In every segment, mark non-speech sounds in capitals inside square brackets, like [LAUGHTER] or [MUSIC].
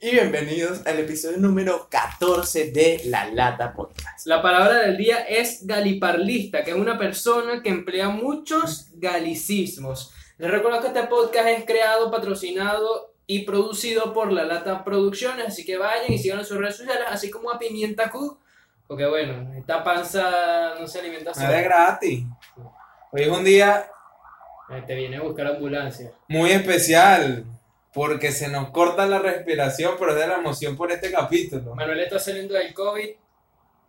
y bienvenidos al episodio número 14 de La Lata Podcast. La palabra del día es galiparlista, que es una persona que emplea muchos galicismos. Les recuerdo que este podcast es creado, patrocinado y producido por La Lata Producciones, así que vayan y sigan en sus redes sociales, así como a Pimienta Q, porque bueno, esta panza no se alimenta No es sola. gratis. Hoy es un día Eh, Te viene a buscar ambulancia. muy especial porque se nos corta la respiración, pero es de la emoción por este capítulo. Manuel está saliendo del COVID,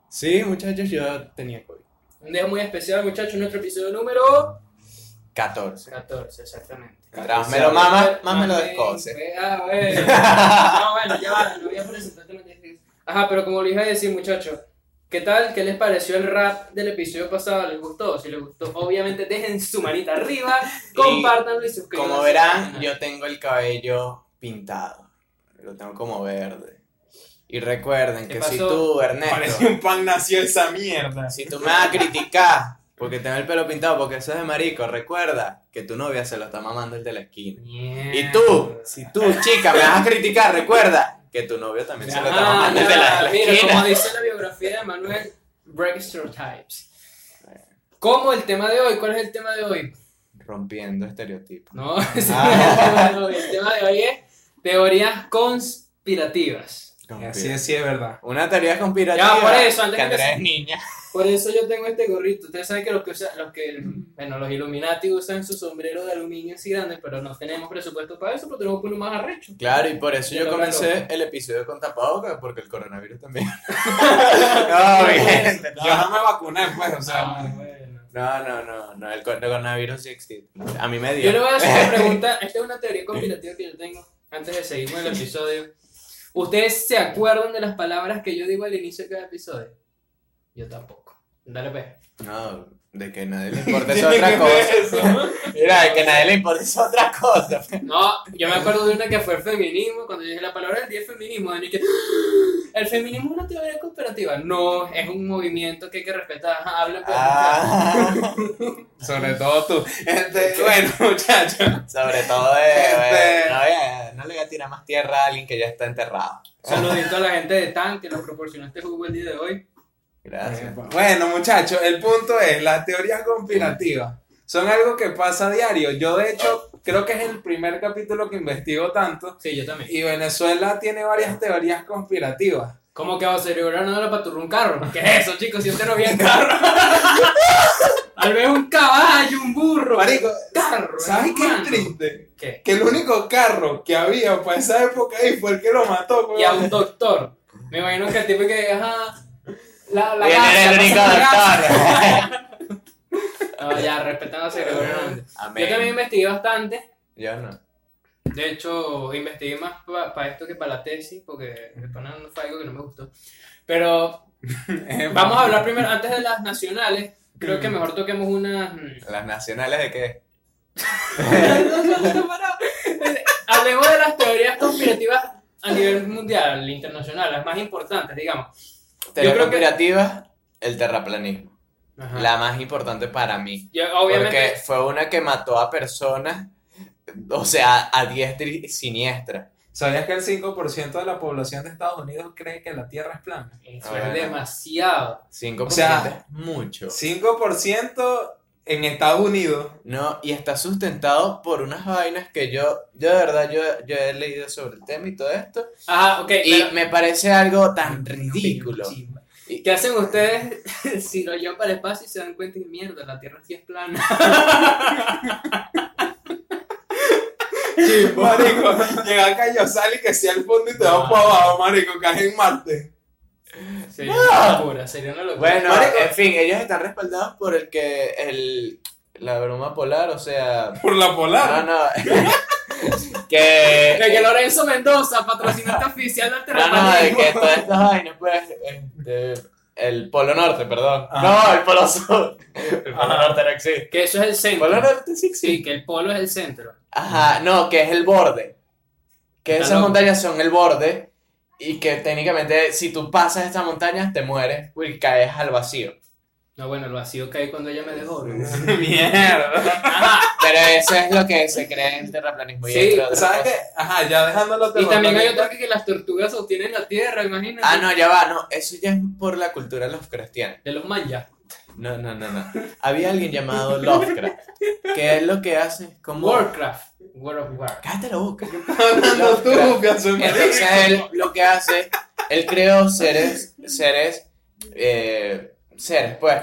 Sí, muchachos, yo tenía COVID. un día muy especial, muchachos, nuestro episodio número 14. 14, exactamente. Mientras me lo mama, más me lo descoce. Ah, [LAUGHS] bueno. No, bueno, ya va, lo voy a presentar. tú me dices. Ajá, pero como les iba a decir, muchachos, ¿qué tal? ¿Qué les pareció el rap del episodio pasado? ¿Les gustó? Si les gustó, obviamente dejen su manita arriba, compártanlo y suscríbanse. Como verán, yo tengo el cabello pintado. Lo tengo como verde. Y recuerden ¿Qué que si pasó? tú, Parece Ernesto, un pan nació esa mierda. si tú me vas a criticar porque tengo el pelo pintado, porque eso es de marico, recuerda que tu novia se lo está mamando el de la esquina. Y tú, si tú, chica, me vas a criticar, recuerda que tu novio también se lo está Ah, mamando el de la, ya, la mira, como esquina. dice la biografía de Manuel, break stereotypes. ¿Cómo el tema de hoy? ¿Cuál es el tema de hoy? Rompiendo estereotipos. No, [LAUGHS] ese no es el tema de hoy. El tema de hoy es teorías conspirativas. Así es, sí es verdad. Una teoría conspirativa. Ya, por eso, antes que que te- Andrea es niña. Por eso yo tengo este gorrito. Ustedes saben que los que usa- los que, bueno, los Illuminati usan su sombrero de aluminio así grande, pero no tenemos presupuesto para eso, pero tenemos uno más arrecho. Claro, y por eso Te yo toca comencé loco. el episodio con tapabocas, porque el coronavirus [LAUGHS] también. no, mi gente, Yo no. no me vacuné, pues, o sea. Ah, bueno. No, no, no, no, el cor- el coronavirus sí existe. A mí me dio. Yo le voy a hacer [LAUGHS] una pregunta. Esta es una teoría conspirativa que yo tengo antes de seguir con el episodio. ¿Ustedes se acuerdan de las palabras que yo digo al inicio de cada episodio? Yo tampoco. Dale, pues. [LAUGHS] No, de que nadie le [LAUGHS] importa es Tiene otra que cosa. ver eso. Mira, de que nadie le importa es otra cosa. No, yo me acuerdo de una que fue el feminismo, cuando yo dije la palabra del día es feminismo, Dani, que [GASPS] el feminismo es una teoría cooperativa. No, es un movimiento que hay que respetar. Ajá, habla pues, Ah, Sobre todo tú. Este, [LAUGHS] bueno, muchachos. sobre todo de. Este- no, ya, no le voy a tirar más tierra a alguien que ya está enterrado. Saludito a la gente de TAN que nos proporcionó este jugo el día de hoy. Gracias. Bueno, muchachos, el punto es, las teorías conspirativas son algo que pasa a diario. Yo, de hecho, creo que es el primer capítulo que investigo tanto. Sí, yo también. Y Venezuela tiene varias teorías conspirativas. ¿Cómo que va a ser no era para turrar un carro? ¿Qué es eso, chicos? Si usted no vio un carro. [LAUGHS] Tal vez un caballo, un burro. Marico, un carro. ¿Sabes qué es hermano. triste? ¿Qué? Que el único carro que había para esa época ahí fue el que lo mató. Y a weón. un doctor. Me imagino que el tipo que, ajá, la, la Viene gasa, el único pasa la gasa. doctor. Ah, ya, respetando a Gregorio Hernández. Amén. [LAUGHS] Yo también investigué bastante. Yo no. De hecho, investigué más para esto que para la tesis, porque el pana no fue algo que no me gustó. [LAUGHS] Pero vamos a hablar primero, antes de las nacionales, creo que mejor toquemos [LAUGHS] unas... mm, ¿Las nacionales de qué? Hablemos de las teorías conspirativas a nivel mundial, internacional, las más importantes, digamos. Teoría creo que- conspirativa, el terraplanismo. Ajá. La más importante para mí. Yo, obviamente, Porque fue una que mató a personas, o sea, a diestra y siniestra. ¿Sabías que el 5% de la población de Estados Unidos cree que la Tierra es plana? eso Bueno. es demasiado. 5% O sea, es mucho. 5% en Estados Unidos. No, y está sustentado por unas vainas que yo, yo de verdad, yo, yo he leído sobre el tema y todo esto. Ajá, ok. Y pero- me parece algo tan ridículo. ¿Qué hacen ustedes [LAUGHS] si lo llevan para el espacio y se dan cuenta que mierda, la Tierra sí es plana? [LAUGHS] [LAUGHS] Marico, llega acá yo sal y que sea el fondo y te vas Ah. para abajo, marico, caes en Marte. Sería una locura, sería una locura. Ah. Bueno, eh, Marico. en fin, ellos están respaldados por el que el la bruma polar, o sea, Por la no, polar. no, [LAUGHS] que [LAUGHS] de que Lorenzo Mendoza, patrocinante oficial del eh, no, no, de terraplanismo. que todas estas vainas, pues, este, el Polo Norte, perdón, Ajá. no, el Polo Sur, el Polo Ah. Ajá. Norte no existe, Que eso es el el Polo centro. Norte sí existe, Sí, que el polo es el centro. ajá, no, que es el borde, que Está esas loco. montañas son el borde y que técnicamente si tú pasas estas montañas te mueres y caes al vacío. [LAUGHS] No, bueno, el vacío caí cuando ella me dejó. ¿no? Mierda. Ajá, Pero eso es lo que se cree en terraplanismo. y Sí, entre otras ¿sabes qué? cosas. Ajá, ya dejándolo Y también hay terraplanista. otra que las tortugas sostienen la tierra, imagínate. Ah, no, ya va, no. Eso ya es por la cultura de los cristianos. De los mayas. No, no, no, no. Había alguien llamado Lovecraft, que es lo que hace es como... Warcraft. World of Warcraft. Cállate la boca. [LAUGHS] Hablando tú, pienso en Entonces él lo que hace, él creó seres, seres, eh, seres, pues,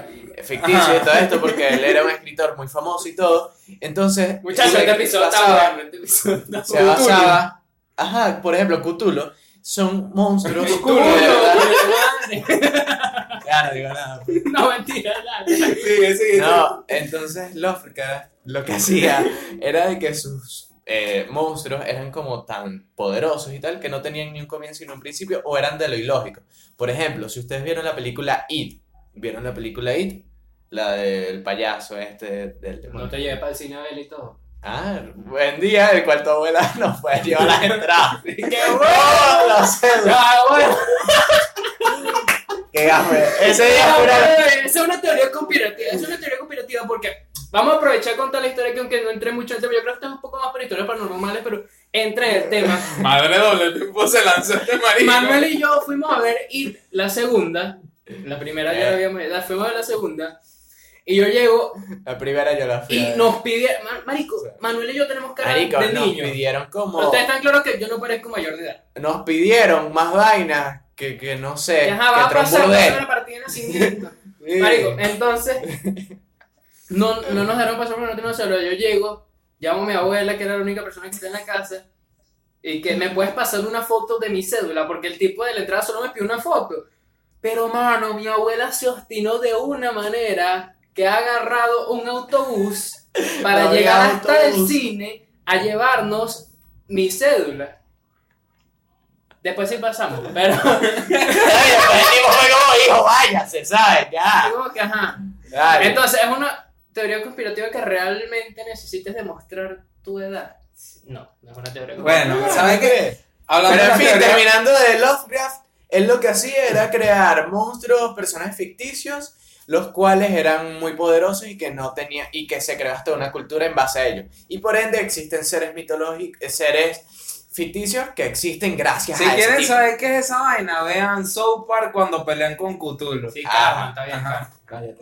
ficticios y todo esto, porque él era un escritor muy famoso y todo. Entonces, Muchachos, se este episodio está basaba- bueno, este episodio está se basaba, ajá, por ejemplo, Cthulhu, son monstruos. bueno. de verdad. Culo, madre. Ya, no digo nada. No, mentira, dale. Sigue, sigue. No, entonces Lovecraft lo que hacía era de que sus eh, monstruos eran como tan poderosos y tal que no tenían ni un comienzo ni un principio o eran de lo ilógico. Por ejemplo, si ustedes vieron la película It, ¿vieron la película It? La del payaso este del No demonio. te llevé para el cine a ver y todo. Ah, buen día, el cuarto abuela [LAUGHS] nos puede llevar las entradas. ¡Qué bueno! [LAUGHS] ¡Qué gafe! Ese día Ah, fue una- bueno, Esa es una teoría conspirativa. Es una teoría conspirativa porque vamos a aprovechar a contar la historia que aunque no entré mucho en el tema, yo creo que está un poco más para historias paranormales, pero entré en el tema. Madre doble tiempo se lanzó este marido. Manuel y yo fuimos a ver It, la segunda. La primera ya la habíamos la fuimos a ver la segunda. Y yo llego La primera yo la fui. y a ver. nos pidieron. Marico, Manuel y yo tenemos cara Marico, de nos niño. pidieron como. Pero ustedes están claros que yo no parezco mayor de edad. nos pidieron más vainas que, que no sé, Que ajá, va Eh, que a pasar va a ser tromburdel. una partida de nacimiento. Sí. Marico, entonces. No, no nos dejaron pasar porque no tenemos celular. Yo llego, llamo a mi abuela, que era la única persona que está en la casa, y que me puedes pasar una foto de mi cédula, porque el tipo de la entrada solo me pidió una foto. Pero, mano, mi abuela se obstinó de una manera que ha agarrado un autobús para No había llegar hasta el autobús. cine a llevarnos mi cédula. Después sí pasamos, pero. [LAUGHS] Ay, pues, digo, fue como, hijo, vaya, se sabe, ya. como que, ajá. Dale. Entonces, es una teoría conspirativa que realmente necesites demostrar tu edad. No, no es una teoría conspirativa. Bueno, ¿sabes qué? Hablando Pero en fin, de la teoría- terminando de Lovecraft, él lo que hacía era crear monstruos, personajes ficticios, los cuales eran muy poderosos y que no tenía y que se creó hasta una cultura en base a ellos. Y por ende existen seres mitológicos, eh, seres ficticios que existen gracias Si a ese quieren tipo. saber qué es esa vaina, vean South Park cuando pelean con Cthulhu. Sí, Ah, Carmen, está bien. Ajá.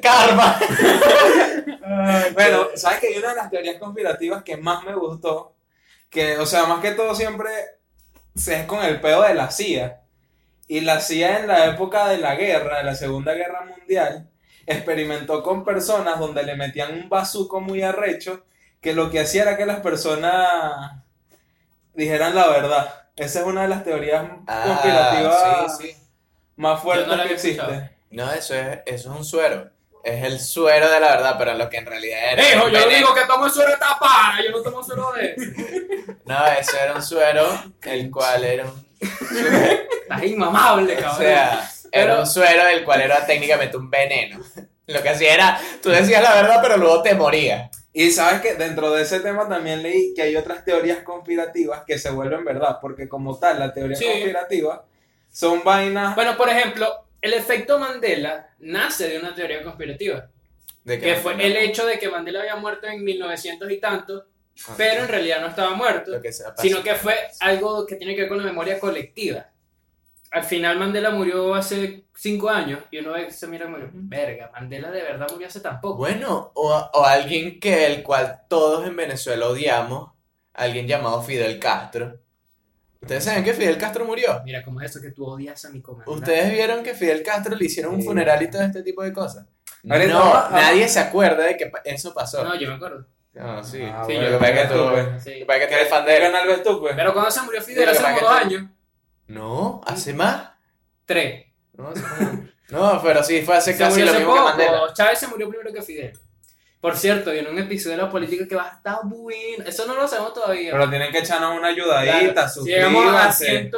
Carmen. [LAUGHS] Karma. Bueno, ¿sabes que Hay una de las teorías conspirativas que más me gustó, que, o sea, más que todo siempre se es con el pedo de la CIA. Y la CIA en la época de la guerra, de la Segunda Guerra Mundial, experimentó con personas donde le metían un bazuco muy arrecho, que lo que hacía era que las personas dijeran la verdad. Esa es una de las teorías Ah, conspirativas sí, sí. más fuertes Yo no la que había escuchado. existen. No, eso es, eso es un suero. Es el suero de la verdad, pero lo que en realidad era. Hijo, un yo veneno. digo que tomo suero de tapara, yo no tomo suero de. No, eso era un suero, el cual era un. Estás inmamable, O cabrón. sea, era un suero, el cual era técnicamente un veneno. [LAUGHS] Lo que hacía era, tú decías la verdad, pero luego te morías. Y sabes que dentro de ese tema también leí que hay otras teorías conspirativas que se vuelven verdad, porque como tal, la teoría Sí. conspirativa son vainas. Bueno, por ejemplo, el efecto Mandela nace de una teoría conspirativa, De que fue el hecho de que Mandela había muerto en 1900 y tanto, pero en realidad no estaba muerto. Lo que sea, pasa. sino que fue algo que tiene que ver con la memoria colectiva. Al final Mandela murió hace cinco años y uno ve- se mira y murió. Verga, Mandela de verdad murió hace tampoco. Bueno, o, o alguien que el cual todos en Venezuela odiamos, alguien llamado Fidel Castro. ¿Ustedes saben que Fidel Castro murió? Mira, como es eso que tú odias a mi comandante. ¿Ustedes vieron que Fidel Castro le hicieron un Sí. funeral y todo este tipo de cosas? Ahorita no, va- nadie se acuerda de que pa- eso pasó. No, yo me acuerdo. No, sí. Ah, sí, bueno, lo que pasa es que tú, tú, pues. Sí. lo que pasa es que tú eres fan de ¿Qué él. canal ves tú, pues? Pero cuando se murió Fidel Pero hace para como que dos tú- años. No, hace más. Tres. [LAUGHS] No, hace más. no, pero sí, fue hace Se casi murió lo hace mismo que Mandela. poco. Chávez se murió primero que Fidel. Por cierto, y en un episodio de la política que va a estar bueno. Eso no lo sabemos todavía. Pero tienen que echarnos una Claro. ayudadita, Si llegamos a suscríbanse.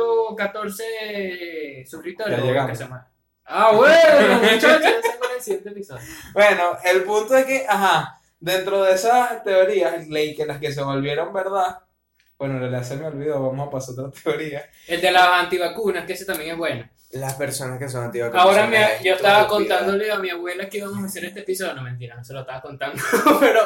114 suscriptores. Ya o lo llegamos. que sea más. Ah, bueno, muchachos, ya se acuerdan del siguiente episodio. Bueno, el punto es que, ajá, dentro de esas teorías leí que las que se volvieron verdad. Bueno, en realidad se me olvidó, vamos a pasar a otra teoría. El de las antivacunas, que ese también es bueno. Las personas que son antiguas. Ahora me- yo estaba contándole a mi abuela que íbamos a hacer este episodio. No, mentira, no se lo estaba contando. [LAUGHS] Pero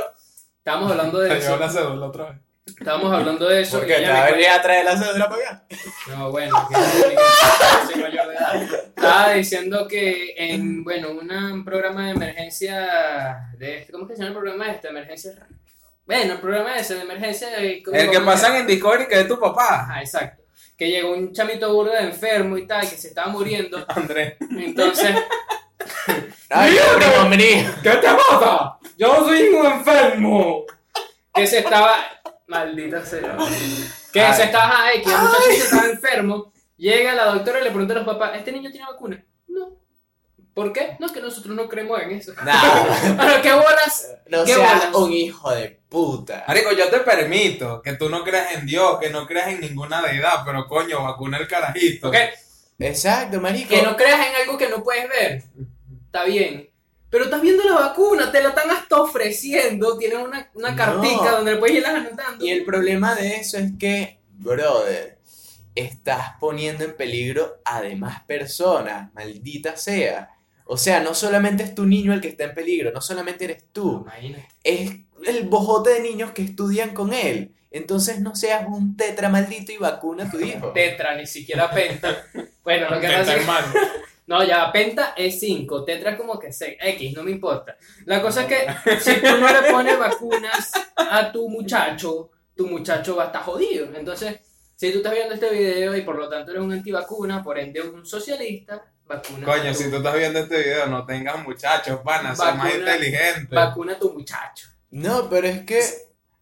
Estábamos hablando Te de llevó eso. la cédula otra vez. Estábamos hablando de eso. Porque y te ella va me a venir a traer la cédula para acá. No, bueno, que [LAUGHS] yo soy mayor de edad. Estaba diciendo que en, bueno, una- un programa de emergencia de este- ¿cómo que se llama el programa de esta emergencia? Bueno, el programa ese de emergencia de- ¿cómo- El que cómo se pasan llama? en Discovery que es tu papá. Ajá, exacto. Que llegó un chamito burdo de enfermo y tal, que se estaba muriendo. Andrés. Entonces, Ay, yo, primo mío. ¿qué te pasa? Yo soy un enfermo. Que se estaba. Maldita sea. Que Ay. se estaba. Ay, que el muchachito estaba enfermo. Llega la doctora y le pregunta a los papás: ¿Este niño tiene vacuna? No. ¿Por qué? No, que nosotros no creemos en eso. Nah, [LAUGHS] Pero qué bolas. no ¿Qué seas bolas? un hijo de puta. Marico, yo te permito que tú no creas en Dios, que no creas en ninguna deidad, pero coño, vacuna el carajito. ¿Ok? Exacto, marico. Que no creas en algo que no puedes ver. Está bien. Pero estás viendo la vacuna, te la están hasta ofreciendo. Tienen una, una No. cartica donde puedes irlas anotando. Y el problema de eso es que, brother, estás poniendo en peligro a demás personas, maldita sea. O sea, no solamente es tu niño el que está en peligro, no solamente eres tú, Imagínate. es el bojote de niños que estudian con él. Entonces no seas un tetra maldito y vacuna a tu hijo. Tetra, ni siquiera penta. Bueno, lo que Que está pasa es hermano. [LAUGHS] No, ya, penta es 5, tetra es como que 6, X, no me importa. La cosa es que si tú no le pones vacunas a tu muchacho, tu muchacho va a estar jodido. Entonces, si tú estás viendo este video y por lo tanto eres un antivacuna, por ende un socialista, vacuna, a, Coño, tu, si tú estás viendo este video, no tengas muchachos, pana, sé más Vacuna- inteligente. vacuna a tu muchacho. No, pero es que,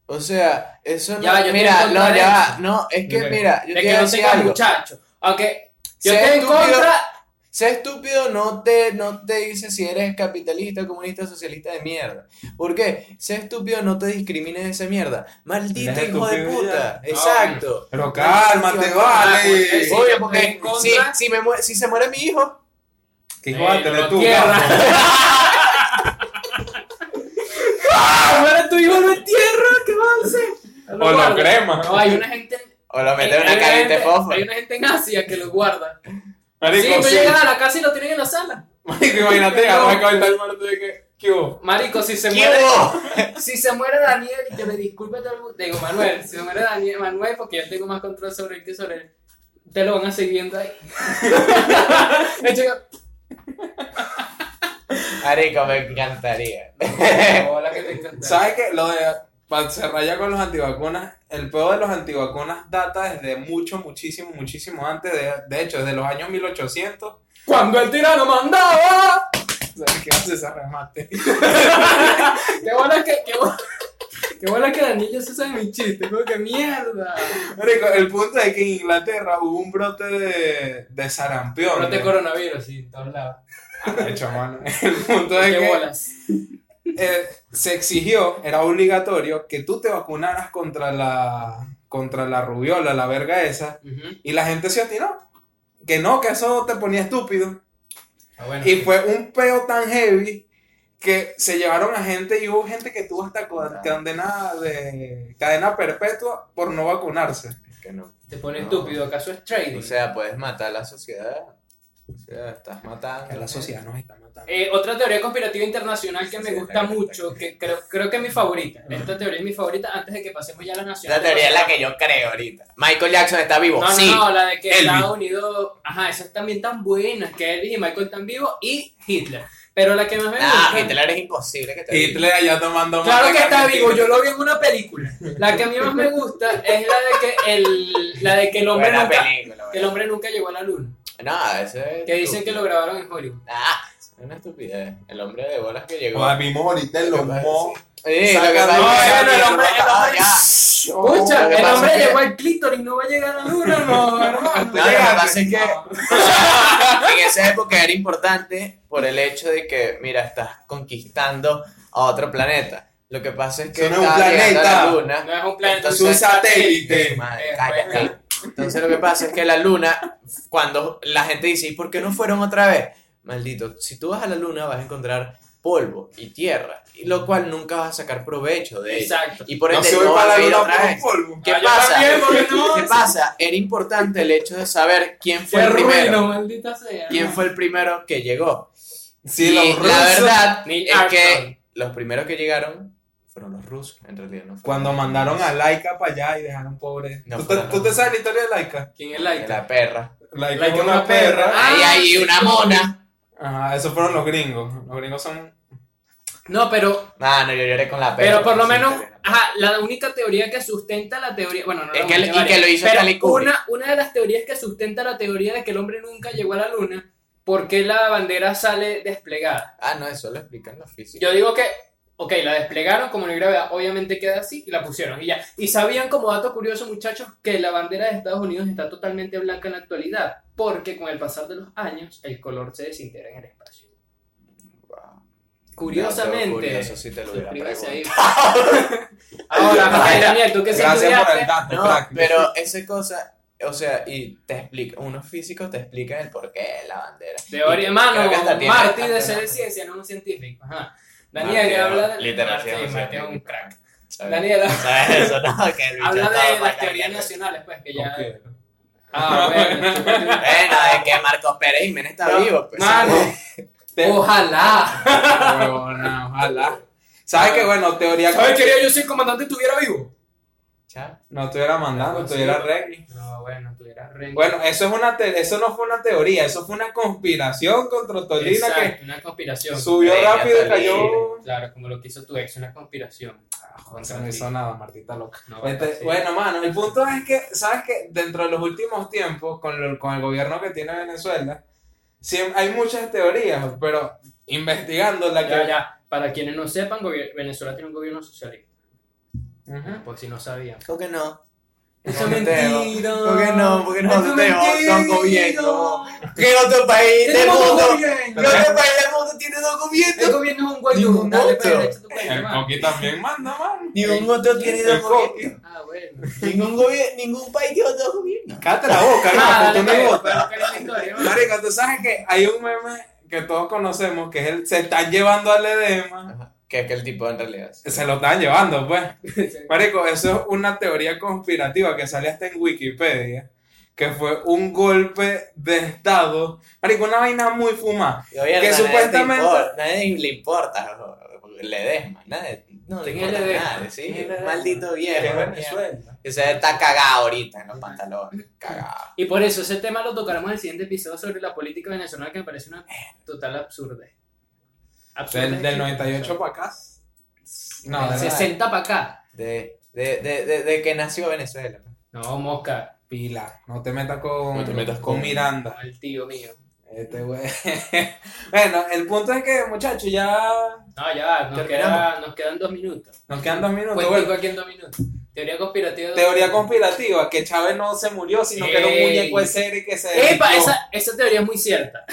o sea, eso no. Ya va, yo te mira, voy no, a contar ya va, no, es que, Ok. mira, yo De te que voy a no decir tengas algo. muchacho. Aunque yo Sé esté en estúpido, contra, Sea estúpido no te, no te dice si eres capitalista, comunista, socialista de mierda. ¿Por qué? Sea estúpido no te discrimines de esa mierda. Maldito Eres hijo de estúpido puta. ya. Exacto. Pero cálmate, Ah, vale. pues, sí. Obvio, porque en contra- si, si, me muere- si se muere mi hijo, Que Eh, igual no, tenés tú, tierra. gato. [LAUGHS] ahora Ah, tu hijo lo entierra, ¿qué va a hacer? O lo guarda. crema. No, hay una gente en o lo mete en Hay una caliente gente- fósforo. Hay una gente en Asia que lo guarda. Sí, Marico, tú sí. llegas a la casa y lo tienen en la sala. Marico, imagínate, No. vamos a comentar el muerto de que. ¿Qué hubo? Marico, si se ¿Qué muere, hubo? si se muere Daniel, y que me disculpe todo el mundo. Digo, Manuel, si se muere Daniel, Manuel, porque yo tengo más control sobre él que sobre él. Te lo van a seguir viendo ahí. [LAUGHS] El chico, Marico, me encantaría. hola, que te encanta. ¿Sabes qué? Lo de. Para cerrar ya con los antivacunas, el peor de los antivacunas data desde mucho, muchísimo, muchísimo antes. De, de hecho, desde los años 1800. Cuando el tirano mandaba. ¿Sabes qué hace ese remate? Qué bola que. Qué bola, [LAUGHS] qué bola que Daniel ya se sabe mi chiste. Como que mierda. Marico, el punto es que en Inglaterra hubo un brote de, de sarampión. Brote [LAUGHS] ¿no? coronavirus, sí, en todos lados. Ah, hecho, mano. El punto es Qué que bolas. eh, se exigió, era obligatorio, que tú te vacunaras contra la, contra la rubiola, la verga esa, Ujú. y la gente se atinó. Que no, que eso te ponía estúpido. Ah, bueno. Y fue un peo tan heavy que se llevaron a gente y hubo gente que tuvo hasta co- cadena, de, cadena perpetua por no vacunarse. Es que no. Te pone No. estúpido, ¿acaso es trading? O sea, puedes matar a la sociedad. O sea, estás matando. Que la sociedad nos está matando. Eh, otra teoría conspirativa internacional que me Sí, gusta la que- mucho, que creo, creo que es mi favorita. Esta teoría es mi favorita antes de que pasemos ya a las La nacionales. teoría es la que yo creo ahorita. Michael Jackson está vivo. No, no, sí. no, la de que Elvis. Estados Unidos. Ajá, esas también tan buenas, que Elvis y Michael están vivos y Hitler. Pero la que más me Ah, gusta. Hitler es imposible que te Hitler allá tomando Claro mate que está caliente. vivo, yo lo vi en una película. La que a mí más me gusta es la de que el, la de que el hombre Buena nunca, película. que el hombre nunca llegó a la luna. No, eso es. Que dicen que lo grabaron en Hollywood. Ah, es una estupidez. El hombre de bolas que llegó. Joder, vimos ahorita en los mo. Sí, Saca- lo que pasa No, es que- Ah, bueno, el hombre- el hombre- Ya. Escucha, lo que el pasa hombre es que- llegó al clítoris, no va a llegar a la luna, no, hermano. No, lo que pasa es que [LAUGHS] en esa época era importante por el hecho de que, mira, estás conquistando a otro planeta. Lo que pasa es que Eso no es un estaba llegando planeta. a la luna. No es un planeta, Entonces- Es un satélite. Madre, Eh, cállate. bueno. Entonces lo que pasa es que la luna, cuando la gente dice, ¿y por qué no fueron otra vez? Maldito, si tú vas a la luna vas a encontrar polvo y tierra, y lo cual nunca vas a sacar provecho de ella. Exacto. Y por No ende se no, ve vas para a la ir luna otra vez. por polvo. ¿Qué Ah, yo pasa? también, porque no, ¿Qué sí. pasa? Era importante el hecho de saber quién fue Qué el primero. ruino, maldita sea. ¿Quién fue el primero que llegó? Sí, y los la rusos- verdad Neil es Armstrong. que los primeros que llegaron Fueron los rusos, en realidad, ¿no? fueron Cuando los mandaron a rusos. Laika para allá y dejaron pobre. No ¿Tú, te, fueron tú los- te sabes la historia de Laika? ¿Quién es Laika? La perra. Laika, Laika es una una perra. perra. Ahí hay una mona. Ajá, esos fueron los gringos. Los gringos son. No, pero, No, no, yo lloré con la perra. pero por lo sí, menos, lloré. ajá, la única teoría que sustenta la teoría, bueno, no la Es que- única, y varias, que lo hizo pero Stanley Kubrick. una, una de las teorías que sustenta la teoría de que el hombre nunca llegó a la luna, ¿por qué la bandera sale desplegada? Ah, no, eso lo explican los físicos. Yo digo que, ok, la desplegaron como no hay gravedad, obviamente queda así y la pusieron y ya. Y sabían como dato curioso, muchachos, que la bandera de Estados Unidos está totalmente blanca en la actualidad, porque con el pasar de los años el color se desintegra en el espacio. Wow. Curiosamente. Curioso, si te lo hubiera suscríbase preguntado. ahí. Ahora, [LAUGHS] José Daniel, tú que sí Gracias por el estudiaste. dato, No, crack. pero esa cosa, o sea, y te explica, unos físicos te explican el porqué de la bandera. Teoría, Y hermano, creo que hasta tiene Martí de bastante ser de razón. ciencia, no un científico. Ajá. Daniel, Martí, habla de... literatura, Martí, sí. Martí es un crack. ¿Sabes? Daniel, ¿Sabes eso? No, que el bicho habla estaba de las bacán. teorías nacionales, pues, que ya... Ok. Ah, bueno. [LAUGHS] Bueno, es que Marcos Pérez Jiménez está No, vivo. Pues, Mano, [LAUGHS] Te- Oh. ojalá. Huevona, ojalá. ¿Sabes qué? Bueno, teoría. Ah. ¿Sabes qué haría yo si el comandante estuviera vivo? Chao. No estuviera No, mandando, sí. estuviera reggae. No, bueno, tuviera renta. Bueno, eso, es una te- eso no fue una teoría, eso fue una conspiración contra Tolina Exacto, una que conspiración. subió Venga, rápido y Tolina. cayó. Claro, como lo que hizo tu ex, una conspiración. Ah, se me hizo nada, Martita loca. No, Vete- sí. Este, Bueno, mano, el punto es que, ¿sabes que Dentro de los últimos tiempos, con, lo- con el gobierno que tiene Venezuela, siem- hay muchas teorías, pero investigando la que... Ya, ya. Para quienes no sepan, gobier- Venezuela tiene un gobierno socialista. Ujú. Por si no sabían. ¿Por qué no? Eso No, es Teo. mentira. ¿Por qué no? ¿Por qué no? Eso es Teo, son mentira. gobierno. ¿Qué otro país del Tenemos un Este mundo? ¿Qué gobierno. otro país del mundo tiene dos El gobiernos? gobierno es un Ni un guayú. Dale, voto. pero echa tu cuello, El hermano. Coqui también manda, mano. Ningún otro tiene El dos Coqui. gobiernos. Ah, bueno. Ningún, gobier- ningún país tiene dos gobiernos. Cállate la boca, [LAUGHS] Ah, no, dale, pues, tú no pero- votas. pero que es la historia, hermano. Marico, tú sabes que hay un meme que todos conocemos, que es el se están llevando al E edema. Ajá, Que es que el tipo en realidad. es- Se lo están llevando, pues. Marico, eso es una teoría conspirativa que sale hasta en Wikipedia, que fue un golpe de estado. Marico, una vaina muy fumada. Gobierno, nadie Que te supuestamente- importa, Nadie le importa. jo- Le desma. Nadie. No le ¿Quién importa le a desma? nadie, sí. ¿Quién le desma? Maldito Que es viejo. Venezuela. Que se está cagado ahorita en los pantalones. Cagado. Y por eso ese tema lo tocaremos en el siguiente episodio sobre la política venezolana que me parece una total absurda. Absurda. Del, del 98 para acá. No, Del de verdad. 60 para acá. De, de, de, de, de que nació Venezuela. No, mosca, Pila, no te metas con, No te metas con con- Miranda. al tío mío. Este güey. [LAUGHS] bueno, el punto es que, muchachos, ya No, ya va, nos, Terminamos. queda- nos quedan dos minutos. nos quedan dos minutos. Cuéntico güey. aquí en dos minutos. Teoría conspirativa. Teoría conspirativa, que Chávez no se murió, sino que era un Ey. muñeco de serie que se... ¡Epa! no. Esa, esa teoría es muy cierta.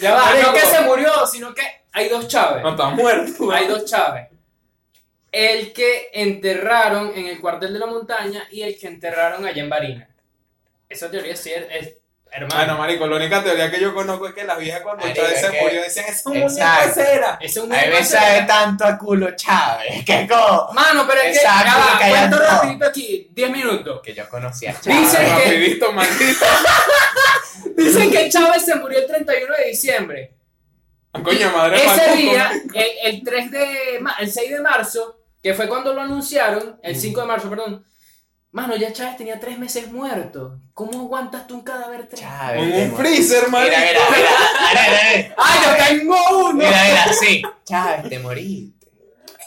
ya va, Marico. no que se murió, sino que hay dos Chávez. No, está muerto. Hay dos Chávez. El que enterraron en el cuartel de la montaña y el que enterraron allá en Barina. Esa teoría sí es, es- Bueno, hermano. Ah, marico, la única teoría que yo conozco es que las viejas cuando Marico, Chávez se es que- murió decían, es un muñeco de Exacto. cera. Ese es un A mí me sabe tanto a culo Chávez. [LAUGHS] ¡Qué co! Mano, pero es que Exacto, ya va, que ya cuento no. rapidito aquí, 10 minutos. Que yo conocía a Chávez. Dice Ah, que- Rapidito, maldito. Dicen que Chávez se murió el 31 de diciembre. Coño, madre. Ese Paco, día, coño. el, el 3 de ma- el 6 de marzo, que fue cuando lo anunciaron, el 5 de marzo, perdón. Mano, ya Chávez tenía tres meses muerto. ¿Cómo aguantas tú un cadáver tres? Chávez. Con qué un freezer, mor- marico. Mira, mira, mira. Mira, mira. ¡Ay, yo tengo uno! Mira, mira, sí. Chávez, te moriste.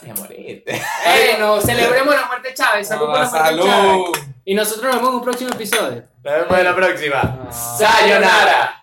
Te moriste. Bueno, celebremos la muerte de Chávez. Salud por la Ah, muerte de Chávez. Salud. Y nosotros nos vemos en un próximo episodio. Nos vemos en la próxima. Ah. Sayonara.